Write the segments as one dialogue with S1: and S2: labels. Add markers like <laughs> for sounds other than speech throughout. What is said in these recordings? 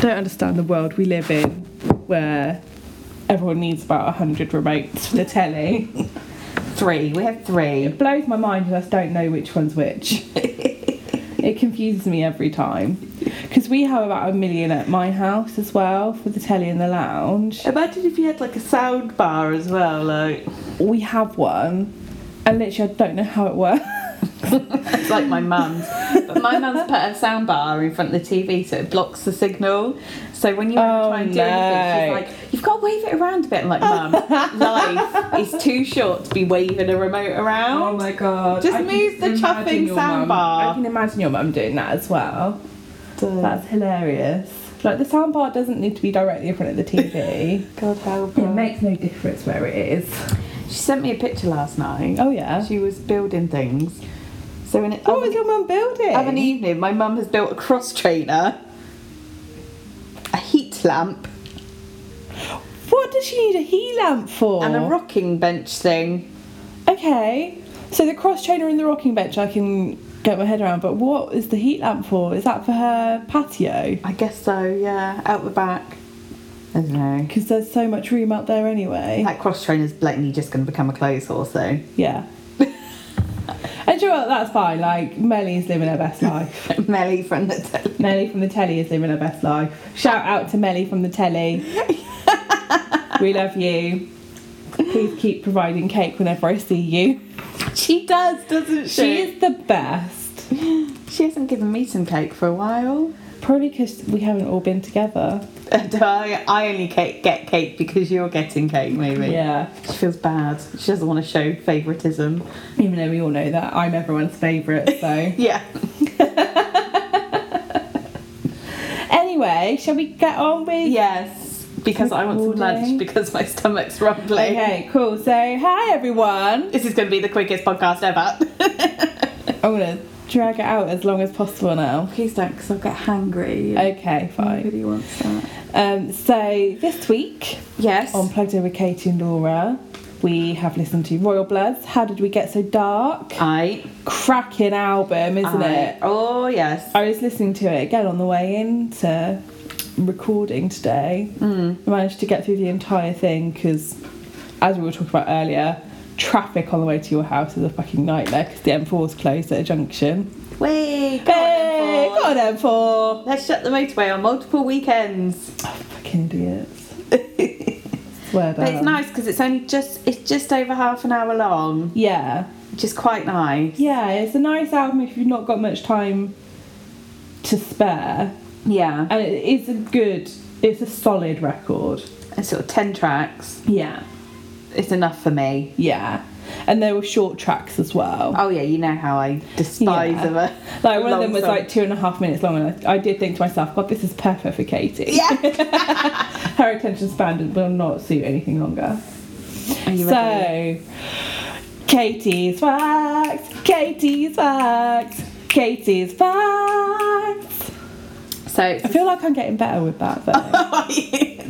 S1: don't understand the world we live in where everyone needs about 100 remotes for the telly. <laughs>
S2: Three. We have three.
S1: It blows my mind and I just don't know which one's <laughs> which. it confuses me every time. Because we have about a million at my house as well for the telly and the lounge.
S2: Imagine if you had like a sound bar as well, like
S1: We have one, and literally, I don't know how it works.
S2: it's like
S1: <laughs>
S2: my mum's. But my mum's put a sound bar in front of the TV so it blocks the signal. So when you
S1: Oh,
S2: try and do
S1: no.
S2: anything, she's like, You've got to wave it around a bit. I'm like,
S1: <laughs>
S2: Mum, life is too short to be waving a remote around.
S1: Oh, god.
S2: Just move the chuffing soundbar.
S1: I can imagine your mum doing that as well.
S2: That's-
S1: That's hilarious. Like the soundbar doesn't need to be directly in front of the <laughs> TV.
S2: God help
S1: it
S2: her.
S1: makes no difference where it is.
S2: She sent me a picture last night.
S1: Oh yeah.
S2: She was building things. So in
S1: What was your mum building?
S2: Have an evening, my mum has built a cross trainer, a heat lamp,
S1: What does she need a heat lamp for?
S2: and a rocking bench thing.
S1: Okay. So the cross trainer and the rocking bench I can get my head around, but what is the heat lamp for? Is that for her patio?
S2: I guess so, yeah, out the back. I don't know.
S1: Because there's so much room out there anyway.
S2: That cross trainer's blatantly just going to become a clothes horse, though.
S1: Yeah. <laughs> and you know what? That's fine. Like, Melly's living her best life.
S2: <laughs> Melly from the telly.
S1: Melly from the telly is living her best life. Shout out to Melly from the telly. we love you. Please keep providing cake whenever I see you.
S2: She does, doesn't
S1: She
S2: she?
S1: is the best.
S2: She hasn't given me some cake for a while. <laughs>
S1: Probably because we haven't all been together.
S2: And I, I only ca- get cake because you're getting cake, maybe.
S1: Yeah.
S2: She feels bad. She doesn't want to show favouritism.
S1: Even though we all know that I'm everyone's favourite,
S2: <laughs>
S1: so.
S2: Yeah.
S1: anyway, shall we get on with
S2: Yes. Because I want some
S1: Recording.
S2: lunch because my stomach's rumbling.
S1: Okay, cool. So, hi everyone.
S2: This is going to be the quickest podcast ever. <laughs>
S1: I'm gonna drag it out as long as possible now.
S2: Please don't, because I'll get hungry.
S1: Okay, fine.
S2: Nobody wants that.
S1: Um, so this week
S2: Yes.
S1: on Plugged In with Katie and Laura, we have listened to Royal Bloods. How did we get so dark?
S2: I.
S1: Cracking album, isn't
S2: I-
S1: it?
S2: Oh yes.
S1: I was listening to it again on the way into recording today.
S2: Hmm.
S1: Mm. I managed to get through the entire thing because, as we were talking about earlier, traffic on the way to your house is a fucking nightmare because the M4 is closed at a junction.
S2: Wait.
S1: hey, got an M4!
S2: Let's shut the motorway on multiple weekends.
S1: Oh, <laughs> fucking
S2: <laughs>
S1: idiots. Swear
S2: But it's
S1: down.
S2: nice because it's only just it's just over half an hour long,
S1: Yeah.
S2: which is quite nice.
S1: Yeah, it's a nice album if you've not got much time to spare.
S2: Yeah.
S1: And it is a good, it's a solid record.
S2: And sort of ten tracks.
S1: Yeah.
S2: It's enough for me.
S1: Yeah. And there were short tracks as well.
S2: Oh yeah, you know how I despise
S1: Yeah.
S2: of a
S1: Like one of them
S2: long
S1: was
S2: song.
S1: like two and a half minutes long, and I, I did think to myself, God, this is perfect for Katie.
S2: <laughs> Yeah.
S1: Her attention span will not suit anything longer.
S2: <laughs> Are you ready?
S1: So, Katie's facts, Katie's facts, Katie's facts.
S2: So,
S1: I feel like I'm getting better with that,
S2: <laughs>
S1: but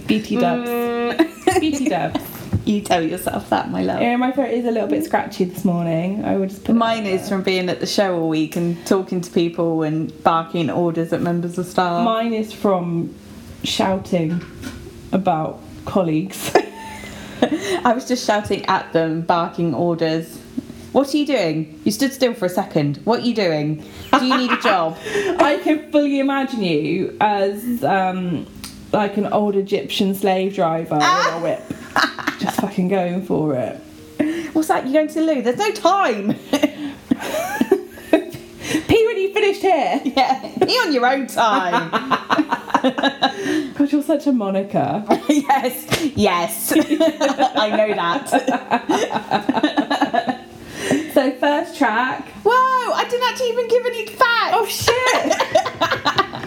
S1: BT dubs, BT dubs.
S2: you tell yourself that, my love.
S1: Yeah, my throat is a little bit scratchy this morning. I would just put it
S2: Mine
S1: out
S2: is
S1: there.
S2: from being at the show all week and talking to people and barking orders at members of staff.
S1: Mine is from shouting about colleagues.
S2: <laughs> I was just shouting at them, barking orders. What are you doing? You stood still for a second. What are you doing? Do you need
S1: <laughs>
S2: a job?
S1: I can fully imagine you as um, like an old Egyptian slave driver with a whip, just fucking going for it.
S2: What's that? You're going to the loo? There's no time. <laughs>
S1: Pee when you finished here.
S2: <laughs> yeah, be on your
S1: <laughs>
S2: own time.
S1: God, you're such a moniker.
S2: yes, yes. <laughs> I know that.
S1: So first track.
S2: Whoa, I didn't actually even give any facts.
S1: Oh shit!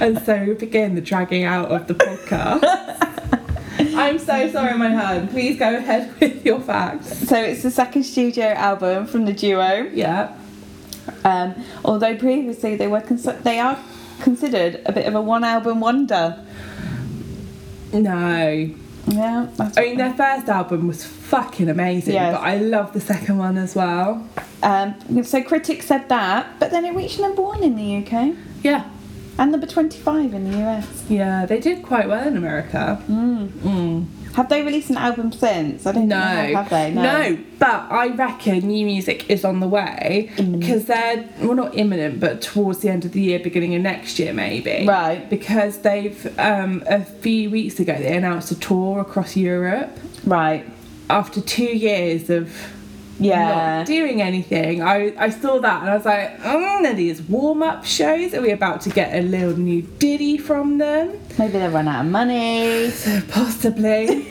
S1: and so we begin the dragging out of the podcast. <laughs> I'm so sorry, my hand. Please go ahead with your facts.
S2: <laughs> So it's the second studio album from the duo.
S1: Yeah.
S2: Um, although previously they were cons- they are considered a bit of a one album wonder.
S1: No.
S2: Yeah, that's
S1: I mean, their first album was fucking amazing,
S2: Yes.
S1: but I love the second one as well.
S2: Um, so critics said that, but then it reached number one in the UK
S1: Yeah.
S2: and number 25 in the US.
S1: Yeah, they did quite well in America.
S2: Have they released an album since? I don't
S1: No.
S2: think they have, have they?
S1: No, but I reckon new music is on the way
S2: Mm.
S1: because they're well not imminent, but towards the end of the year, beginning of next year maybe.
S2: Right.
S1: Because they've um, a few weeks ago they announced a tour across Europe.
S2: Right.
S1: After two years of
S2: Yeah.
S1: not doing anything, I, I saw that and I was like, mm, are these warm up shows? Are we about to get a little new ditty from them?
S2: Maybe they run out of money.
S1: Possibly.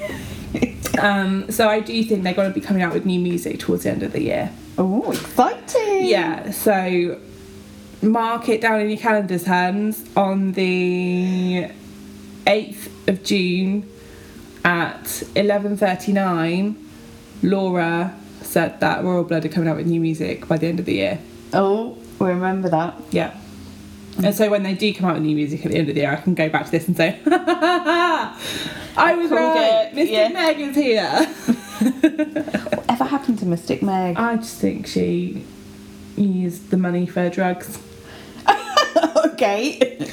S1: <laughs> um, so I do think they're going to be coming out with new music towards the end of the year.
S2: Oh, exciting!
S1: Yeah, so mark it down in your calendars, hands, on the 8th of June at 11.39, Laura said that Royal Blood are coming out with new music by the end of the year.
S2: Oh, remember that.
S1: Yeah. And so when they do come out with new music at the end of the year, I can go back to this and say, <laughs> I was
S2: Called
S1: right,
S2: it,
S1: Mr.
S2: yeah.
S1: Meg is here. <laughs>
S2: Whatever happened to Mystic Meg? <laughs>
S1: I just think she used the money for drugs.
S2: okay.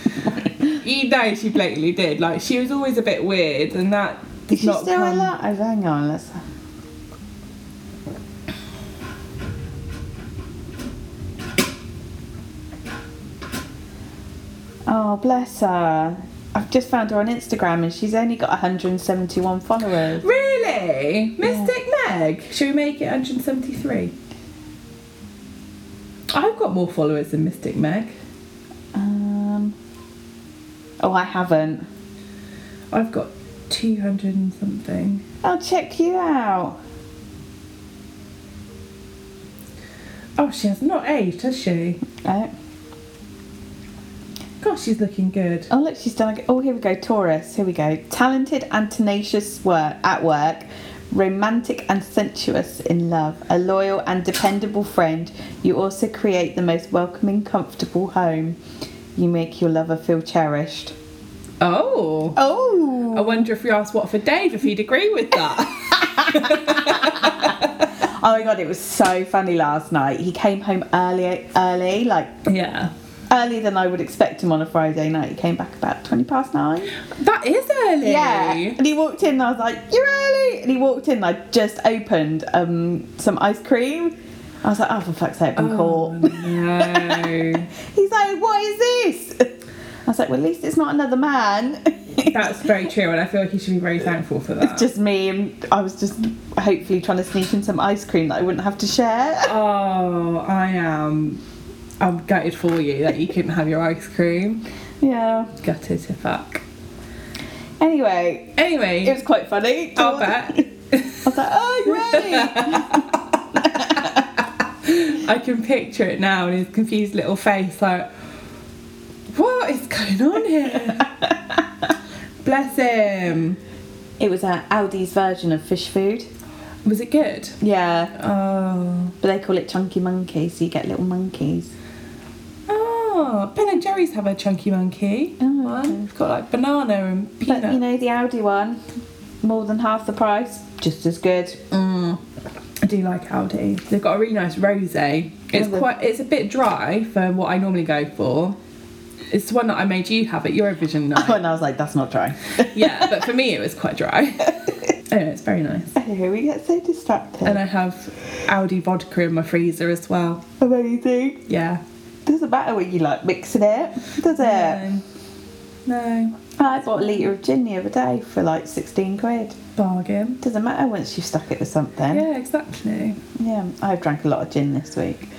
S1: You know she blatantly did. Like, she was always a bit weird and that does
S2: Is she
S1: not
S2: still
S1: come-
S2: alive? Oh, Hang on, let's. Oh, bless her. I've just found her on Instagram and she's only got 171 followers.
S1: Really? Mystic Meg? Should we make it 173? I've got more followers than Mystic Meg.
S2: Um, oh, I haven't.
S1: I've got 200 and something.
S2: I'll check you out.
S1: Oh, she has not aged, has she?
S2: Oh,
S1: Gosh, she's looking good.
S2: oh look, she's done. Oh, here we go. Taurus. Here we go. Talented and tenacious work at work, romantic and sensuous in love, a loyal and dependable friend. You also create the most welcoming, comfortable home. You make your lover feel cherished.
S1: Oh. I
S2: Oh,
S1: wonder if we asked Watford Dave if he'd agree with
S2: <laughs>
S1: that.
S2: oh my God! It was so funny last night. He came home early, early, like
S1: yeah.
S2: earlier than I would expect him on a Friday night. He came back about twenty past nine.
S1: That is early.
S2: Yeah. And he walked in and I was like, You're early and he walked in and I just opened um some ice cream. I was like, Oh for fuck's sake, I've been
S1: Oh,
S2: caught.
S1: no.
S2: <laughs> He's like, What is this? I was like, Well at least it's not another man. <laughs>
S1: That's very true, and I feel like he should be very thankful for that.
S2: it's just me and I was just hopefully trying to sneak in some ice cream that I wouldn't have to share. <laughs>
S1: oh, I am. I'm gutted for you that you couldn't have your ice cream.
S2: yeah.
S1: Gutted to fuck.
S2: Anyway,
S1: Anyway,
S2: it was quite funny.
S1: I'll <laughs> bet.
S2: <laughs> I was like, Oh you're
S1: <laughs>
S2: early
S1: I can picture it now in his confused little face, like, what is going on <laughs> here? Bless him.
S2: <laughs> It was uh, Aldi's version of fish food.
S1: Was it good?
S2: Yeah.
S1: Oh.
S2: But they call it chunky monkey, so you get little monkeys.
S1: Oh, Ben and Jerry's have a chunky monkey.
S2: Oh, okay.
S1: one. It's got like banana and peanut.
S2: But you know the Audi one, more than half the price, just as good.
S1: Mm. I do like Aldi. They've got a really nice rosé. It's
S2: Yeah, they-
S1: quite. It's a bit dry for what I normally go for. It's the one that I made you have at Eurovision night.
S2: <laughs> Oh, <laughs> and I was like, that's not <laughs> dry.
S1: yeah, but for me it was quite dry.
S2: <laughs>
S1: anyway, it's very nice.
S2: Anyway, Oh, we get so distracted.
S1: And I have Aldi vodka in my freezer as well.
S2: Amazing.
S1: Yeah.
S2: Doesn't matter what you like mixing it, does it?
S1: No.
S2: I bought a litre of gin the other day for like 16 quid.
S1: Bargain.
S2: Doesn't matter once you've stuck it with something.
S1: Yeah, exactly.
S2: Yeah, I've drank a lot of gin this week.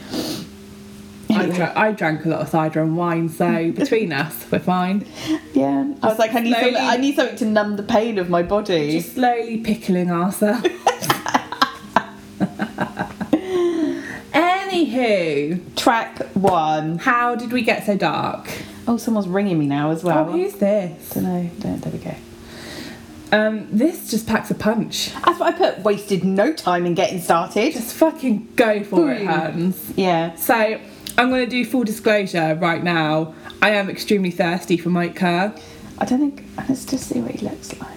S1: I, dra- I drank a lot of cider and wine,
S2: <laughs>
S1: so between us, we're fine.
S2: Yeah, I was like, I need,
S1: Slowly-
S2: something, I need something to numb the pain of my body.
S1: Just slowly pickling ourselves. Anywho,
S2: Track one.
S1: how did we get so dark?
S2: Oh, someone's ringing me now as well.
S1: oh, who's this?
S2: don't know. Don't. There we go.
S1: Um, this just packs a punch.
S2: That's what I put. Wasted no time in getting started.
S1: Just fucking go for it,
S2: Boom.
S1: hands.
S2: Yeah.
S1: So I'm going to do full disclosure right now. I am extremely thirsty for Mike Kerr.
S2: I don't think. Let's just see what he looks like.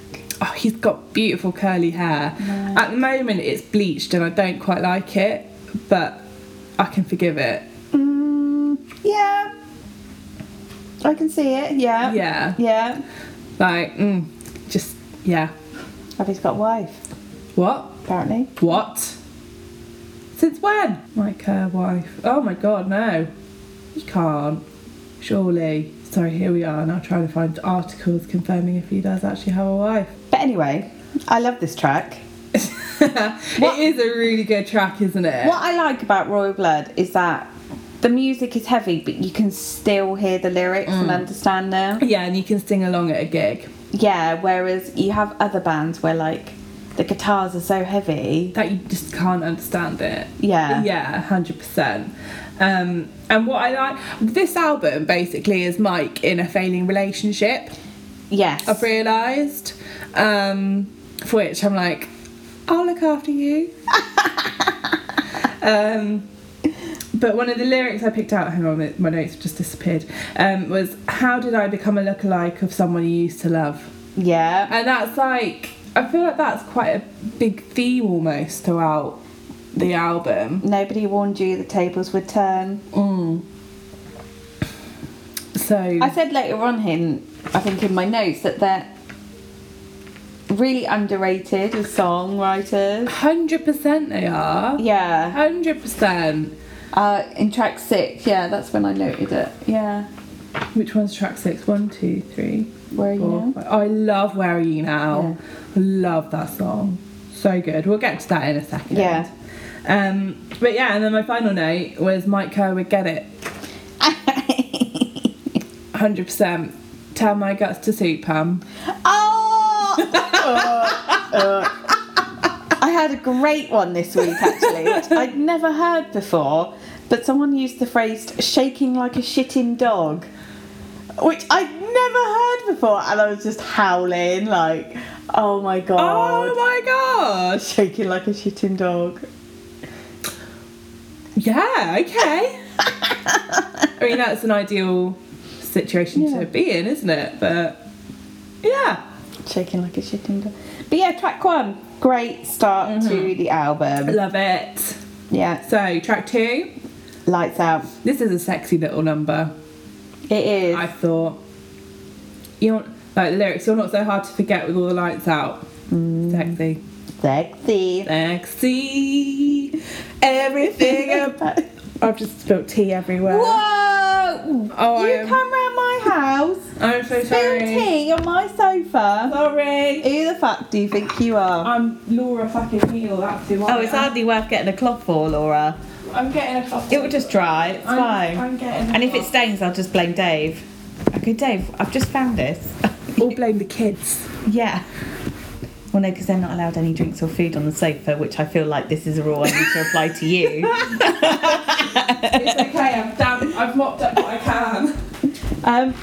S1: Oh, he's got beautiful curly hair. At the moment, it's bleached and I don't quite like it, but I can forgive it.
S2: Mm, yeah. I can see it, yeah.
S1: Yeah.
S2: Yeah.
S1: Like, mm, just, yeah.
S2: Have Oh, he's got a wife,
S1: What?
S2: apparently.
S1: What? Since when? Like her wife. Oh my god, no. You can't. Surely. Sorry, here we are now trying to find articles confirming if he does actually have a wife. <laughs>
S2: But anyway, I love this track.
S1: it is a really good track, isn't it?
S2: What I like about Royal Blood is that the music is heavy, but you can still hear the lyrics and understand them.
S1: Yeah, and you can sing along at a gig.
S2: Yeah, whereas you have other bands where like the guitars are so heavy.
S1: that you just can't understand it.
S2: Yeah.
S1: Yeah, 100%. Um, and what I like, this album basically is Mike in a failing relationship,
S2: Yes.
S1: I've realised. Um, for which I'm like, I'll look after
S2: <laughs>
S1: you. um, but one of the lyrics I picked out, hang on, my- my notes have just disappeared, um, was How did I become a lookalike of someone you used to love?
S2: yeah.
S1: And that's like, I feel like that's quite a big theme almost throughout the album.
S2: Nobody warned you the tables would turn.
S1: So,
S2: I said later on in I think in my notes that they're really underrated as songwriters.
S1: 100% they are.
S2: Yeah.
S1: 100%.
S2: Uh, in track six, yeah, that's when I noted it. Yeah.
S1: Which one's track six? One, two, three.
S2: Where Are You
S1: four,
S2: Now?
S1: five. I love Where Are You Now. I love that song. So good. We'll get to that in a second.
S2: Yeah.
S1: Um, but yeah, and then my final note was Mike Kerr get
S2: <laughs>
S1: it. 100%. Tell my guts to soup, Pam.
S2: Oh! <laughs> I had a great one this week actually, which I'd never heard before, but someone used the phrase shaking like a shitting dog, which I'd never heard before, and I was just howling, like, oh my god.
S1: Oh my gosh.
S2: Shaking like a shitting dog.
S1: Yeah,
S2: <laughs>
S1: okay. I mean, that's an ideal situation
S2: Yeah.
S1: to be in, isn't it? But yeah,
S2: Shaking like a shitting dog. But yeah, track one. Great start
S1: Mm-hmm.
S2: to the album.
S1: love it.
S2: Yeah,
S1: So, track two,
S2: lights out.
S1: this is a sexy little number.
S2: It is.
S1: I thought, you're like the lyrics, you're not so hard to forget with all the lights out. Mm. Sexy,
S2: Sexy.
S1: sexy, everything. ab- <laughs>
S2: <laughs>
S1: I've just spilled tea everywhere.
S2: Whoa!
S1: Oh,
S2: you
S1: I am-
S2: come round my
S3: <laughs>
S2: house,
S1: I'm so
S2: spill
S1: sorry.
S2: tea on my sofa.
S1: Sorry.
S2: Who the fuck do you think you are?
S1: I'm Laura fucking Neal, that's who
S3: Oh,
S1: I am.
S2: hardly worth getting a cloth for, Laura.
S1: I'm getting a coffee.
S3: It will just dry, it's
S1: I'm,
S3: fine.
S1: I'm getting a
S3: and if it
S1: coffee.
S3: stains, I'll just blame Dave. Okay, Dave, I've just found this. <laughs>
S1: All blame the kids.
S3: yeah. Well, no, because they're not allowed any drinks or food on the sofa, which I feel like this is a rule I need to apply to
S2: <laughs>
S3: you.
S1: It's <laughs> okay, I've done, I've mopped up what I can.
S2: Um,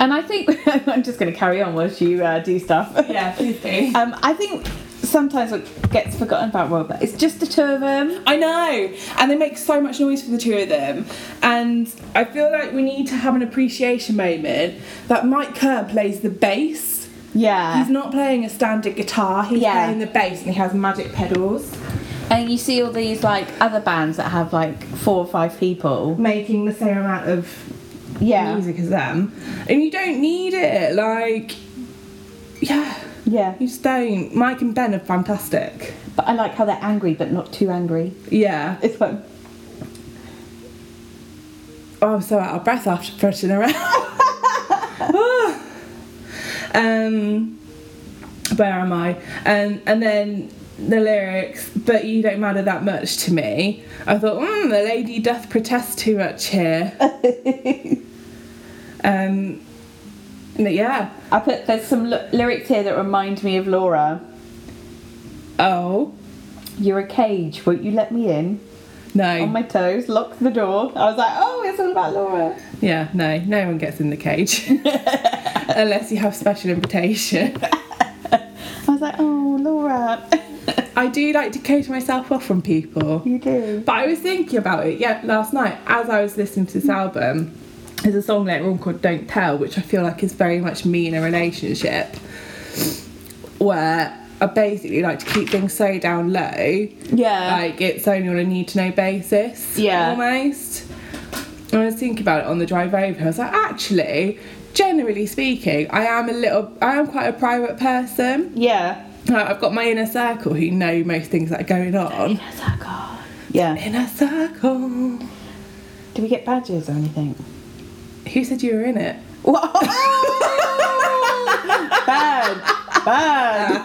S2: and I think <laughs> I'm just going to carry on whilst you uh, do stuff.
S1: <laughs> Yeah, please do.
S2: Um, I think sometimes what gets forgotten about Robert is just the two of them.
S1: I know, and they make so much noise for the two of them. And I feel like we need to have an appreciation moment that Mike Kerr plays the bass.
S2: Yeah.
S1: He's not playing a standard guitar, he's
S2: Yeah.
S1: playing the bass and he has magic pedals,
S2: And you see all these like other bands that have like four or five people.
S1: making the same amount of music as them. And you don't need it, like, yeah,
S2: Yeah.
S1: you just don't. Mike and Ben are fantastic.
S2: But I like how they're angry but not too angry.
S1: Yeah.
S2: It's fun.
S1: Oh, I'm so out of breath after pushing around. <laughs> um, where am I? Um, and then the lyrics, but you don't matter that much to me. I thought, mm, the lady doth protest too much here. um, but yeah.
S2: I put there's some l- lyrics here that remind me of Laura.
S1: Oh,
S2: You're a cage, won't you let me in?
S1: no.
S2: On Oh my toes, lock the door. I was like, oh, it's all about Laura.
S1: yeah, no. No one gets in the cage. Unless you have special invitation.
S2: I was like, oh, Laura, <laughs>
S1: I do like to coat myself off from people.
S2: you do.
S1: But I was thinking about it yeah last night as I was listening to this album. There's a song later on called "Don't Tell," which I feel like is very much me in a relationship, where I basically like to keep things so down low.
S2: Yeah.
S1: Like it's only on a need to know basis.
S2: Yeah.
S1: Almost. And I was thinking about it on the drive over. I was like, actually, generally speaking, I am a little, I am quite a private person.
S2: yeah.
S1: Like, I've got my inner circle who know most things that are going on.
S2: Yeah.
S1: Inner circle.
S2: Do we get badges or anything?
S1: Who said you were in it?
S2: What? <laughs> bad. Bad.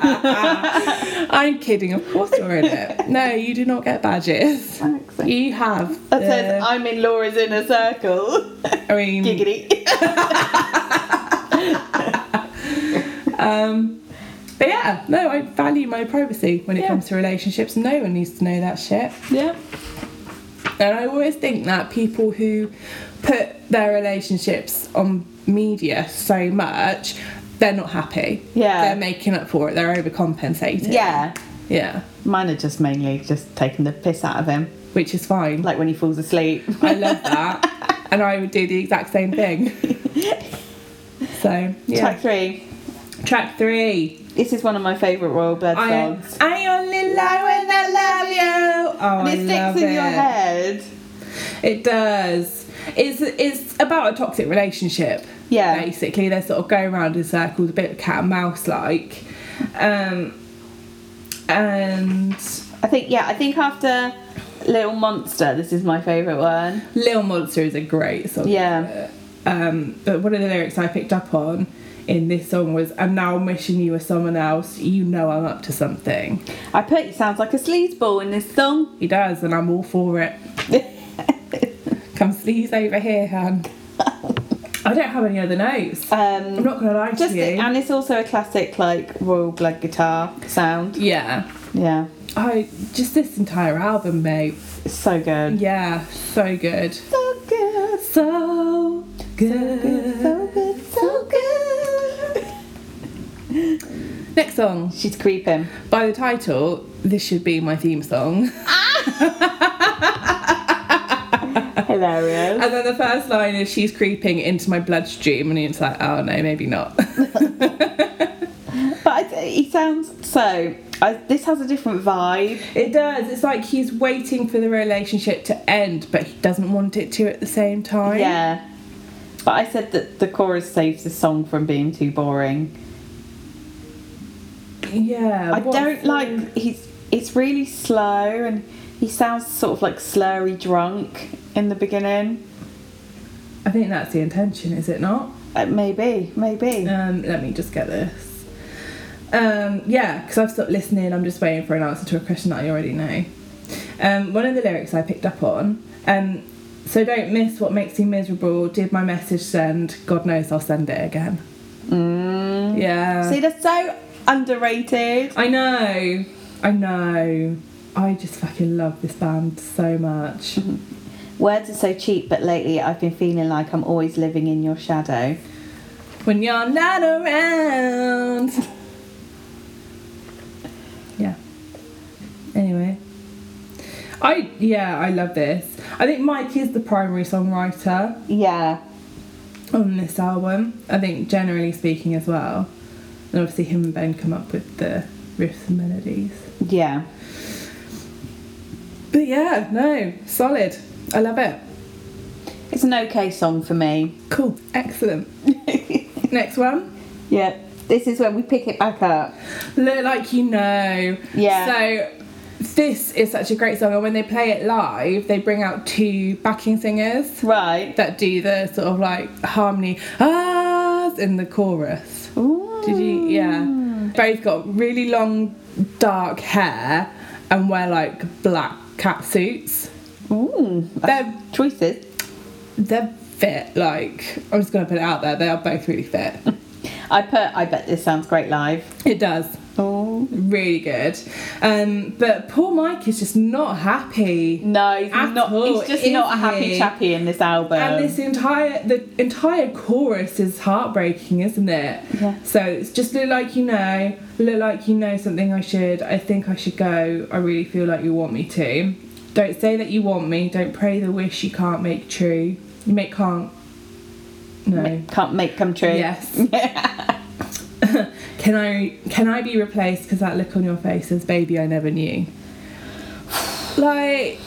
S1: I'm kidding. Of course you're in
S2: <laughs>
S1: it. No, you do not get badges.
S2: Thanks.
S1: You have.
S2: That
S1: the-
S2: says I'm in Laura's inner circle.
S1: I mean,
S2: Giggity.
S1: Um, but yeah, no, I value my privacy when it
S4: Yeah.
S1: comes to relationships. No one needs to know that shit.
S4: Yeah.
S1: And I always think that people who put their relationships on media so much, they're not happy.
S2: Yeah.
S1: They're making up for it, they're overcompensating.
S2: Yeah.
S1: Yeah.
S2: Mine are just mainly just taking the piss out of him,
S1: Which is fine.
S2: like when he falls asleep.
S1: I love
S2: <laughs>
S1: that. and I would do the exact same thing. so, yeah.
S2: <laughs> Track three.
S1: Track three.
S2: This is one of my favourite Royal Bird
S1: I,
S2: songs.
S1: I only lie when I love you. Oh,
S2: and
S1: I
S2: it sticks
S1: love
S2: in your
S1: it.
S2: head.
S1: It does. It's it's about a toxic relationship.
S2: Yeah.
S1: Basically, they sort of go around in circles, a bit cat and mouse like. Um, and
S2: I think yeah, I think after Little Monster, this is my favourite one.
S1: Lil Monster is a great song.
S2: Yeah.
S1: Um, but one of the lyrics I picked up on in this song was, "And now I'm wishing you were someone else. You know I'm up to something."
S2: I put sounds like a sleazeball in this song.
S1: He does, and I'm all for
S2: <laughs>
S1: it. Come sleaze over here, Han. I don't have any other notes. I'm
S2: Um,
S1: not gonna lie to
S2: just
S1: you.
S2: and it's also a classic like royal blood guitar sound.
S1: yeah.
S2: Yeah,
S1: Oh, just this entire album, mate.
S2: it's so good.
S1: Yeah, so good.
S2: So good,
S1: So good.
S2: so good, so good.
S1: Next song.
S2: She's creeping.
S1: By the title, this should be my theme song. <laughs>
S2: Hilarious.
S1: And then the first line is she's creeping into my bloodstream, and it's like, oh no, maybe not. <laughs>
S2: But I- he sounds so. I, this has a different vibe.
S1: it does. It's like he's waiting for the relationship to end, but he doesn't want it to at the same time.
S2: Yeah. But I said that the chorus saves the song from being too boring.
S1: Yeah.
S2: I
S1: what-
S2: don't like he's it's really slow and he sounds sort of like slurry drunk in the beginning.
S1: I think that's the intention, is it not?
S2: Uh, maybe, maybe.
S1: Um, let me just get this. Um, yeah, because I've stopped listening. I'm just waiting for an answer to a question that I already know. Um, one of the lyrics I picked up on. Um, so don't miss what makes you miserable. Did my message send? God knows I'll send it again. Mm. Yeah.
S2: See, they're so underrated.
S1: I know. I know. I just fucking love this band so much.
S2: Words are so cheap, but lately I've been feeling like I'm always living in your shadow.
S1: When you're not around. yeah. Anyway. I yeah, I love this. I think Mike is the primary songwriter
S2: Yeah,
S1: on this album. I think generally speaking as well. And obviously him and Ben come up with the riffs and melodies.
S2: yeah.
S1: But yeah, no, solid. I love it.
S2: It's an okay song for me.
S1: Cool. Excellent. <laughs> Next one.
S2: Yeah, this is when we pick it back up.
S1: Look like you know.
S2: Yeah.
S1: So this is such a great song, and when they play it live, they bring out two backing singers
S2: Right.
S1: that do the sort of like harmony ahs in the chorus. Did you? Yeah. Both got really long, dark hair and wear like black cat suits.
S2: Ooh,
S1: They're
S2: choices.
S1: they're fit. Like I'm just gonna put it out there. They are both really fit.
S2: I put. I bet this sounds great live.
S1: It does.
S2: Oh
S1: Really good. Um, but poor Mike is just not happy.
S2: No, he's
S1: At
S2: not.
S1: all,
S2: he's just
S1: is
S2: not a happy
S1: he?
S2: chappy in this album.
S1: And this entire the entire chorus is heartbreaking, isn't it?
S2: Yeah.
S1: So it's just look like you know, look like you know something I should. I think I should go. I really feel like you want me to. Don't say that you want me. Don't pray the wish you can't make true. You make can't. No.
S2: Ma- can't make come true.
S1: Yes. <laughs> Can I can I be replaced because that look on your face says baby I never knew? <sighs> Like,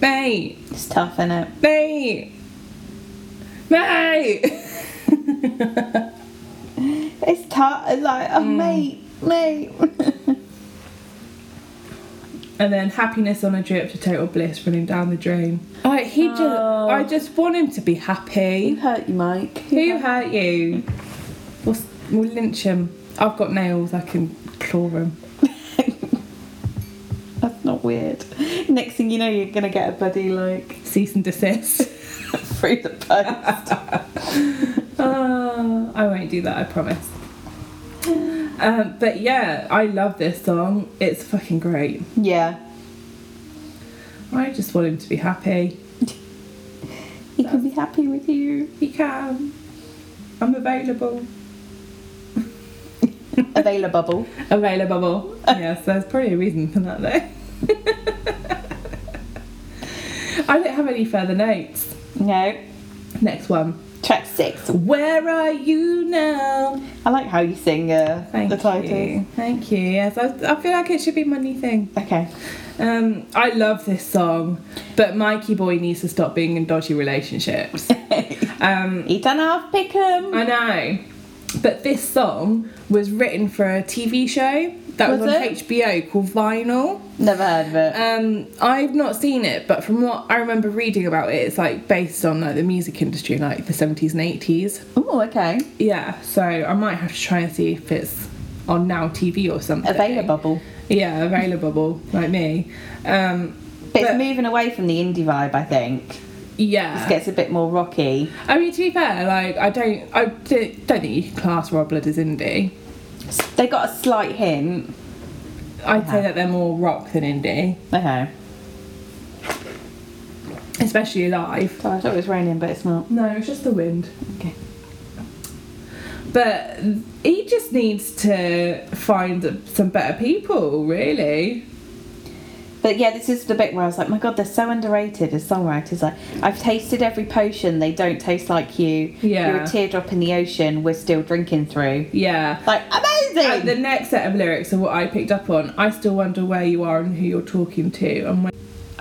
S1: mate,
S2: It's tough, isn't it?
S1: mate, mate.
S2: It's tough. It's like, oh, mate, mate.
S1: And then happiness on a drip to total bliss running down the drain. Like he just, I just want him to be happy.
S2: you hurt you, Mike.
S1: Who hurt you? We'll, s- we'll lynch him. I've got nails. I can claw him.
S2: That's not weird. Next thing you know, you're gonna get a bloody like <laughs>
S1: Cease and desist.
S2: through the post.
S1: Uh, I won't do that, I promise. Um, but yeah, I love this song. It's fucking great.
S2: yeah,
S1: I just want him to be happy.
S2: he can be happy with you.
S1: He can. I'm available.
S2: Available.
S1: Available. <laughs> yes, there's probably a reason for that though. <laughs> I don't have any further notes.
S2: No.
S1: Next one.
S2: Track six.
S1: Where are you now?
S2: I like how you sing uh,
S1: Thank
S2: the title.
S1: you. Thank you. Yes, I, I feel like it should be my new thing.
S2: Okay.
S1: Um, I love this song, but Mikey Boy needs to stop being in dodgy
S2: <laughs>
S1: relationships. um,
S2: Eat and half pick'em.
S1: I know, but this song was written for a TV show that was,
S2: Was
S1: on
S2: it?
S1: HBO called Vinyl.
S2: Never heard of it.
S1: Um, I've not seen it, but from what I remember reading about it, it's like based on like the music industry, like the seventies and eighties.
S2: oh, okay.
S1: Yeah, so I might have to try and see if it's on Now TV or something.
S2: Available.
S1: Yeah, available, like me. Um,
S2: But it's
S1: But-
S2: moving away from the indie vibe, I think.
S1: yeah.
S2: It gets a bit more rocky.
S1: I mean, to be fair, like I don't, I d- don't think you can class Rob Blood as indie.
S2: They got a slight hint.
S1: I'd say that they're more rock than indie,
S2: Okay.
S1: especially live.
S2: Sorry, I thought it was raining, but it's not.
S1: No, it's just the wind.
S2: Okay.
S1: But he just needs to find some better people, really.
S2: But yeah, this is the bit where I was like, my god, they're so underrated as songwriters. Like, I've tasted every potion, they don't taste like you.
S1: Yeah.
S2: You're a teardrop in the ocean, we're still drinking through.
S1: Yeah.
S2: Like,
S1: And
S2: amazing!
S1: the next set of lyrics are what I picked up on. I still wonder where you are and who you're talking to and when.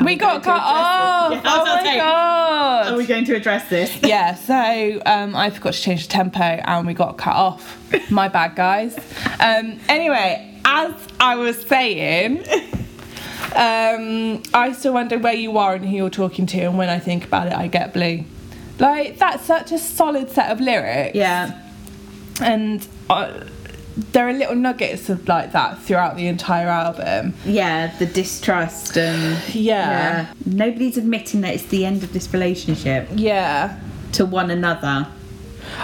S1: We got cut off. Oh
S5: was gonna say,
S1: god!
S5: Are we going to address this?
S1: yeah, so um, I forgot to change the tempo and we got cut off. My bad, guys. Um, anyway, as I was saying, um, I still wonder where you are and who you're talking to, and when I think about it, I get blue. Like, that's such a solid set of lyrics
S5: Yeah.
S1: and uh, there are little nuggets of like that throughout the entire album.
S5: Yeah, the distrust and.
S1: Yeah.
S5: Nobody's admitting that it's the end of this relationship
S1: Yeah.
S5: to one another.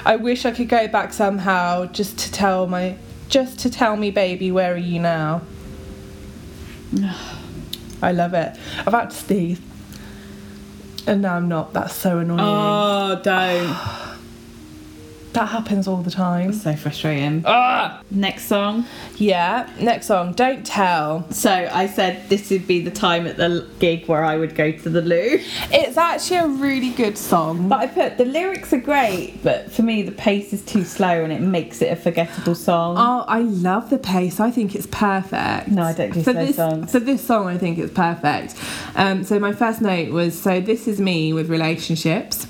S1: I wish I could go back somehow just to tell my just to tell me baby where are you now? I love it. I'm about to sneeze. And now I'm not. That's so annoying.
S5: Oh, don't.
S2: <sighs>
S1: that happens all the time.
S5: so frustrating.
S1: Ah!
S5: Next song.
S1: Yeah. Next song. Don't tell.
S5: So I said this would be the time at the gig where I would go to the loo.
S1: It's actually a really good song.
S5: But I put the lyrics are great, but for me the pace is too slow and it makes it a forgettable song.
S1: Oh, I love the pace. I think it's perfect.
S5: Mm. No, I don't do
S1: for
S5: slow
S1: this,
S5: songs.
S1: For this song, I think it's perfect. Um, so my first note was so this is me with relationships.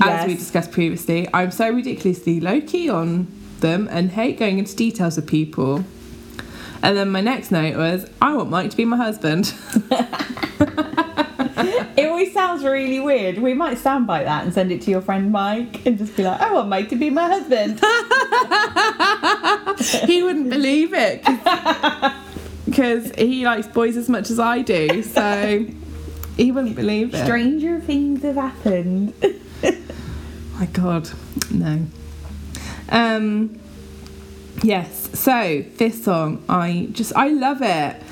S1: As
S5: Yes.
S1: we discussed previously, I'm so ridiculously low key on them and hate going into details of people. And then my next note was I want Mike to be my husband. <laughs>
S5: It always sounds really weird. We might stand by that and send it to your friend Mike and just be like, I want Mike to be my <laughs> husband.
S1: he wouldn't believe it <laughs> because he likes boys as much as I do. So he wouldn't believe it.
S5: Stranger things have happened.
S1: My God, no. Um, yes. So this song, I just I love it.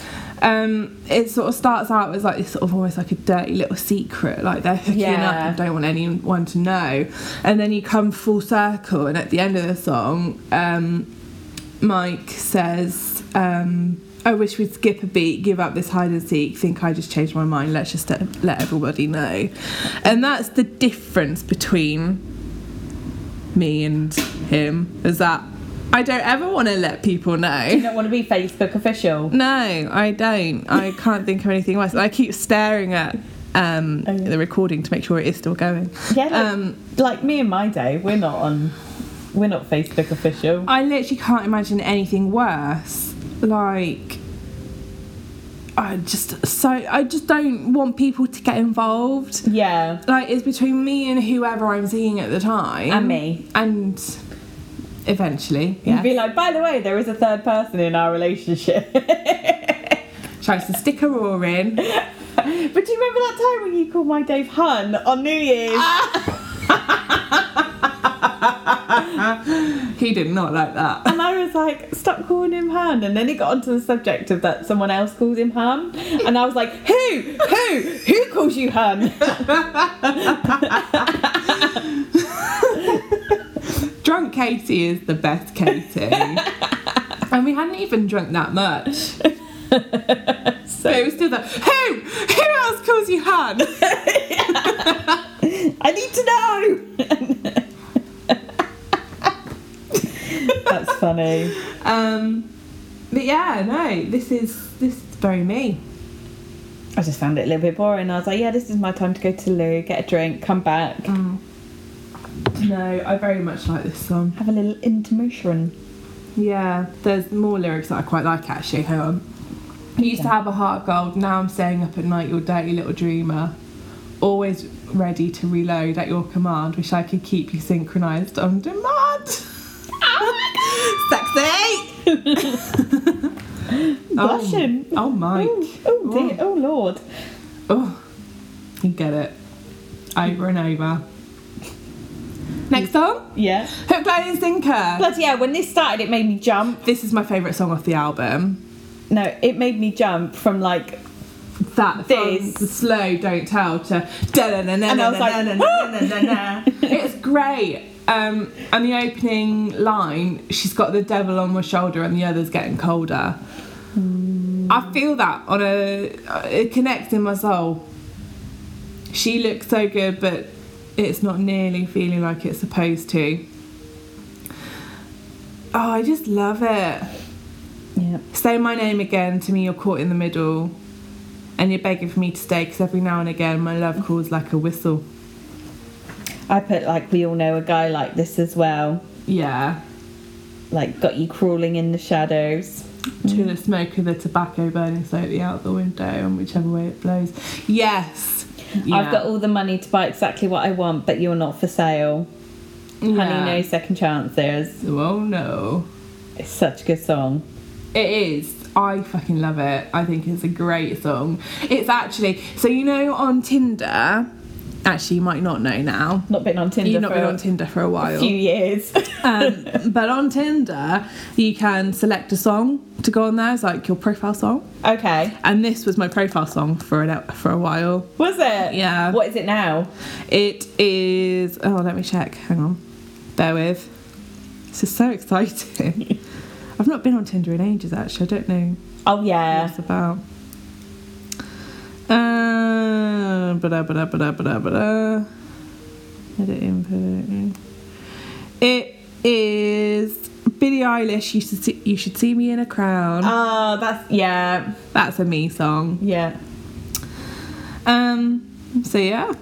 S1: Um, it sort of starts out as like this sort of almost like a dirty little secret, like they're hooking up
S5: Yeah.
S1: and don't want anyone to know. And then you come full circle, and at the end of the song, um, Mike says, um, "I wish we'd skip a beat, give up this hide and seek. Think I just changed my mind. Let's just let let everybody know." And that's the difference between me and him. Is that I don't ever want to let people
S2: You
S1: know.
S2: don't want to be Facebook official.
S1: No, I don't. I
S2: <laughs>
S1: can't think of anything worse. I keep staring at um, the recording to make sure it is still going.
S2: Oh, Yeah, like,
S1: Um,
S2: like me and my day, we're not on. We're not Facebook official.
S1: I literally can't imagine anything worse. Like, I just so I just don't want people to get involved.
S2: Yeah,
S1: Like, it's between me and whoever I'm seeing at the time,
S2: and me.
S1: and eventually,
S2: You'd
S1: yeah,
S2: be like, by the way, there is a third person in our relationship.
S5: <laughs>
S1: tries to stick a roar in.
S2: But do you remember that time when you called my Dave Hun on New Year's?
S1: He did not like that.
S2: And I was like, stop calling him Hun. And then it got onto the subject of that someone else called him Hun. And I was like, who? Who? Who calls you Hun?
S1: Drunk Katie is the best Katie. and we hadn't even drunk that much. but it was still that. Who? Who else calls you Han?
S2: <laughs> I need to know. <laughs> That's funny.
S1: Um, but yeah, no, this is this is very me.
S2: I just found it a little bit boring. I was like, yeah, this is my time to go to the loo, get a drink, come back,
S1: No, I very much like this song.
S2: have a little intermission.
S1: Yeah, there's more lyrics that I quite like actually. Hang on. I used to have a heart of gold. Now I'm staying up at night, your dirty little dreamer. Always ready to reload at your command. Wish I could keep you synchronized on demand. <laughs> Oh my god! Sexy.
S2: Blushing.
S1: Oh, oh Mike.
S2: Oh, oh, dear. oh lord.
S1: Oh, you get it. Over and over. Next song,
S2: Yeah.
S1: Hook, Line and Sinker.
S2: Bloody hell, when this started, it made me jump.
S1: This is my favourite song off the album.
S2: No, it made me jump from like,
S1: That
S2: This.
S1: from the slow don't tell to
S2: and I was
S1: da-na-na-na-na-na-na-na-na-na.
S2: like,
S1: It's great. Um, and the opening line, she's got the devil on my shoulder and the other's getting colder. I feel that on a uh, it connects in my soul. She looks so good, but it's not nearly feeling like it's supposed to. Oh, I just love it.
S2: yeah.
S1: Say my name again to me. You're caught in the middle, and you're begging for me to stay. Because every now and again, my love calls like a whistle.
S2: I put like we all know a guy like this as well.
S1: Yeah,
S2: Like got you crawling in the shadows. Mm.
S1: to the smoke of the tobacco burning slowly out the window, and whichever way it blows. Yes,
S2: I've got all the money to buy exactly what I want, but you're not for sale. Honey, no second chances.
S1: Oh no.
S2: It's such a good song.
S1: It is. I fucking love it. I think it's a great song. It's actually so you know on Tinder. Actually, you might not know now.
S2: Not been on Tinder
S1: You've not
S2: for
S1: been
S2: a
S1: on Tinder for a while.
S2: few years. <laughs>
S1: Um, but on Tinder, you can select a song to go on there. It's like your profile song.
S2: okay,
S1: And this was my profile song for an, for a while.
S2: was it?
S1: Yeah.
S2: What is it now?
S1: It is. Oh, let me check. Hang on. Bear with. This is so <laughs> exciting. I've not been on Tinder in ages, actually. I don't know
S2: Oh
S1: what
S2: yeah.
S1: it's about. Um, ba-da, ba-da, ba-da, ba-da, ba-da. Edit input. It is Billie Eilish. You should see, you should see me in a crown.
S2: Oh, that's yeah,
S1: That's a me song.
S2: yeah.
S1: Um. So yeah,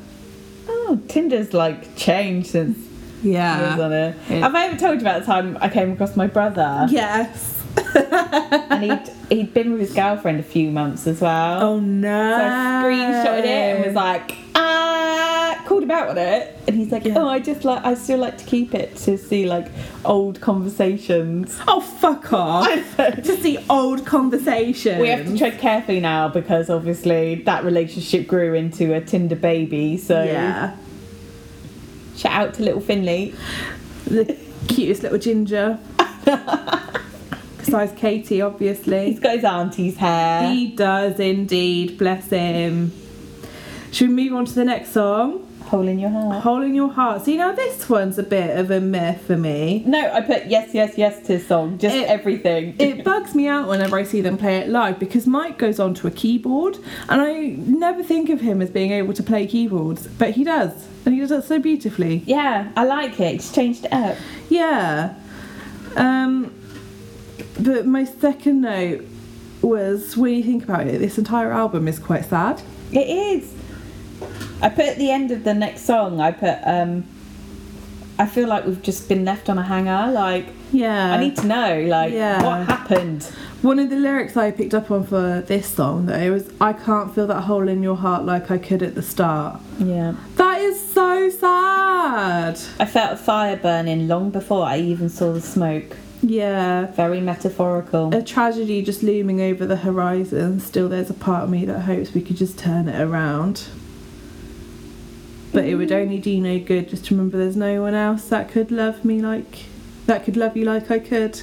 S2: Oh, Tinder's like changed since I was
S1: yeah.
S2: on it.
S1: it-
S2: Have I ever told you about the time I came across my
S1: <laughs>
S2: brother?
S1: Yes.
S2: and he'd, he'd been with his girlfriend a few months as well.
S1: no.
S2: So I screenshotted it and was like, ah, called him out on it. And he's like,
S1: Yeah.
S2: oh, I just like, I still like to keep it to see like old conversations.
S1: "Oh fuck
S2: <laughs>
S1: off." Just the old conversation.
S2: We have to tread carefully now because obviously that relationship grew into a Tinder baby. So
S1: Yeah.
S2: shout out to little Finley.
S1: The cutest little ginger. Besides Katie, obviously.
S2: He's got his auntie's hair.
S1: He does indeed. Bless him. Should we move on to the next song?
S2: Hole in your heart.
S1: Hole in Your Heart. See, now this one's a bit of a meh for me.
S2: No, I put yes, yes, yes to his song. Just
S1: It-
S2: everything. <laughs>
S1: It bugs me out whenever I see them play it live because Mike goes onto a keyboard and I never think of him as being able to play keyboards, but he does. And he does it so beautifully.
S2: yeah, I like it. It's changed it up.
S1: Yeah. Um, but my second note was when you think about it, this entire album is quite sad.
S6: It is.
S2: I put at the end of the next song, I put, um, I feel like we've just been left on a hanger. Like,
S1: Yeah.
S2: I need to know, like,
S1: Yeah.
S2: what happened?
S1: One of the lyrics I picked up on for this song though was I can't feel that hole in your heart like I could at the start.
S2: Yeah.
S1: That is so sad.
S2: I felt a fire burning long before I even saw the smoke.
S1: Yeah.
S2: Very metaphorical.
S6: Uh,
S1: A tragedy just looming over the horizon. Still there's a part of me that hopes we could just turn it around. But it would only do no good just to remember there's no one else that could love me like that could love you like I could.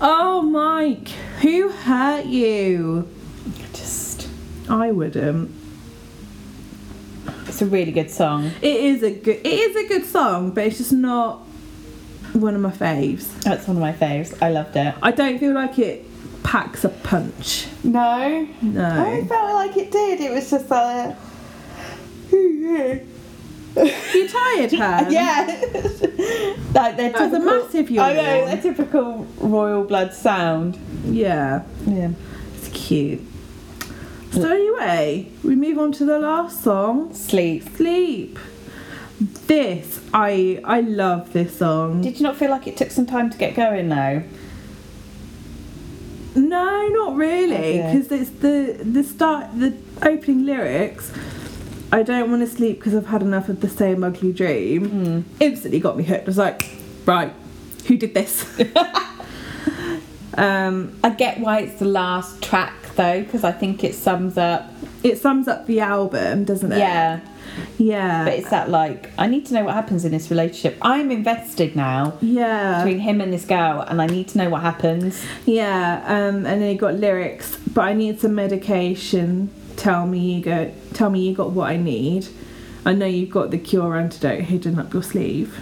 S1: Oh Mike, who hurt you?
S2: Just,
S1: I wouldn't.
S2: it's a really good song.
S1: It is a good. It is a good song, but it's just not one of my faves.
S2: That's one of my faves. I loved it.
S1: I don't feel like it packs a punch.
S6: No. I
S1: No,
S6: felt like it did. It was just like.
S1: you tired her.
S2: <laughs>
S6: yeah.
S2: Like, they're
S1: Um, That was a massive
S2: I know,
S1: yawn.
S2: their typical royal blood sound.
S1: yeah,
S2: Yeah.
S1: it's cute. So anyway, we move on to the last song,
S2: Sleep.
S1: "Sleep." This I I love this song.
S2: Did you not feel like it took some time to get going though?
S1: No, not really,
S2: Okay.
S1: because it's the the start the opening lyrics. I don't want to sleep because I've had enough of the same ugly dream.
S2: Hmm.
S1: Instantly got me hooked. I was like, right, who did
S2: <laughs>
S1: this? um,
S2: I get why it's the last track though, because I think it sums up.
S1: it sums up the album, doesn't it?
S2: Yeah,
S1: yeah,
S2: but it's that like I need to know what happens in this relationship. I'm invested now
S1: yeah.
S2: between him and this girl, and I need to know
S1: <laughs>
S2: what happens.
S1: Yeah, um, and then it got lyrics. But I need some medication. Tell me you go. Tell me you got what I need. I know you've got the cure antidote hidden up your sleeve.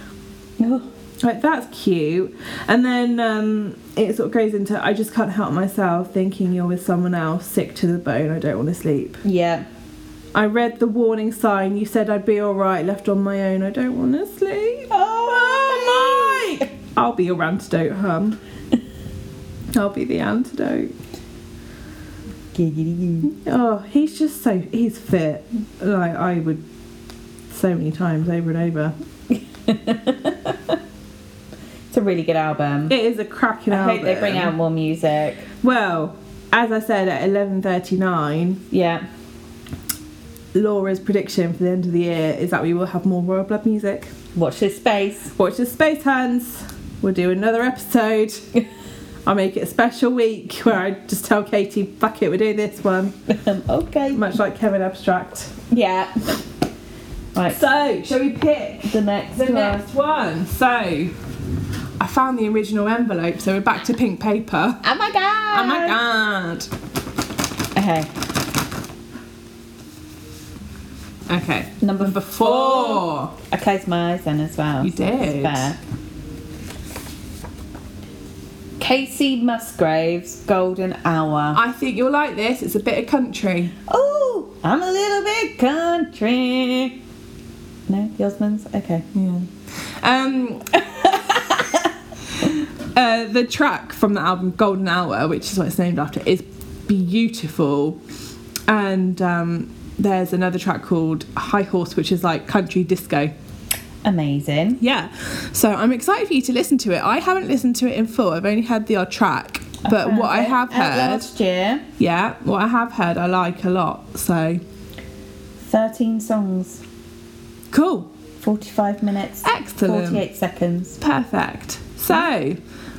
S1: Like that's cute. And then um, it sort of goes into I just can't help myself thinking you're with someone else, sick to the bone. I don't want to sleep.
S2: Yeah,
S1: I read the warning sign. You said I'd be all right, left on my own. I don't want to sleep. Oh,
S2: <laughs>
S1: Mike! I'll be your antidote, hum. <laughs> I'll be the antidote. Oh, he's just so he's fit. Like I would so many times over and over.
S2: it's a really good album.
S1: It is a cracking
S2: I
S1: album.
S2: hope they bring out more music.
S1: Well, as I said at eleven thirty nine,
S2: Yeah,
S1: Laura's prediction for the end of the year is that we will have more Royal Blood music.
S2: watch this space. <laughs>
S1: Watch the Space Hands. We'll do another episode. I'll make it a special week where I just tell Katie, fuck it, we're doing this one.
S2: okay.
S1: Much like Kevin Abstract.
S2: Yeah. Right.
S1: So, shall we pick
S2: the next
S1: the
S2: one.
S1: next one? So, I found the original envelope, so we're back to pink paper.
S2: Oh my god.
S1: Oh my god.
S2: Okay.
S1: Okay.
S2: Number
S1: Number four.
S2: I closed my eyes then as well.
S1: You
S2: so that's
S1: did.
S2: fair. Casey Musgrave's Golden Hour.
S1: I think you'll like this. It's a bit of country.
S2: Oh, I'm a little bit country. No, the Osmonds? Okay.
S1: Um, <laughs> uh, the track from the album Golden Hour, which is what it's named after, is beautiful. And um, there's another track called High Horse, which is like country disco.
S2: Amazing.
S1: Yeah. So I'm excited for you to listen to it. I haven't listened to it in full, I've only heard the odd track. But what I have
S2: Out
S1: heard,
S2: Last year,
S1: yeah, what I have heard, I like a lot. So
S2: 13 songs,
S1: cool.
S2: 45 minutes,
S1: Excellent.
S2: 48 seconds.
S1: Perfect. So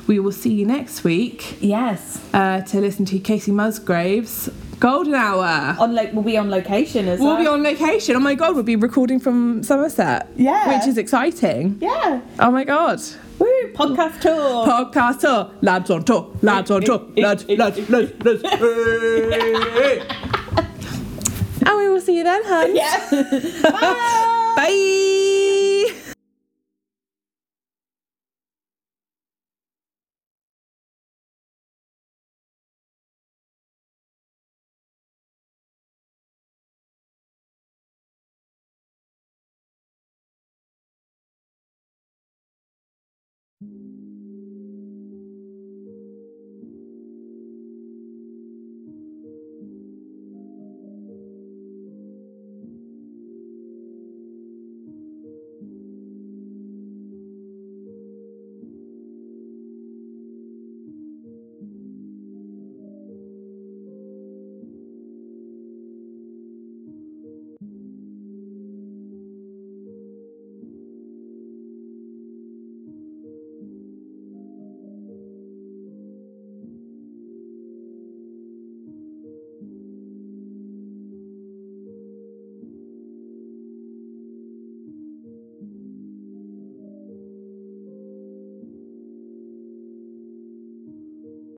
S1: we will see you next week.
S2: Yes.
S1: uh, to listen to Casey Musgraves Golden Hour.
S2: On lo- we'll be on location as
S1: We'll
S2: well.
S1: be on location. Oh my god, we'll be recording from Somerset.
S2: Yeah.
S1: Which is exciting.
S2: yeah.
S1: Oh my god.
S2: Woo, podcast
S1: <laughs>
S2: tour.
S1: Podcast tour. Lads on tour. Lads on tour. Lads, lads, lads, lads.
S2: <laughs>
S1: Hey. and we will see you then, hun.
S2: <laughs>
S1: Bye.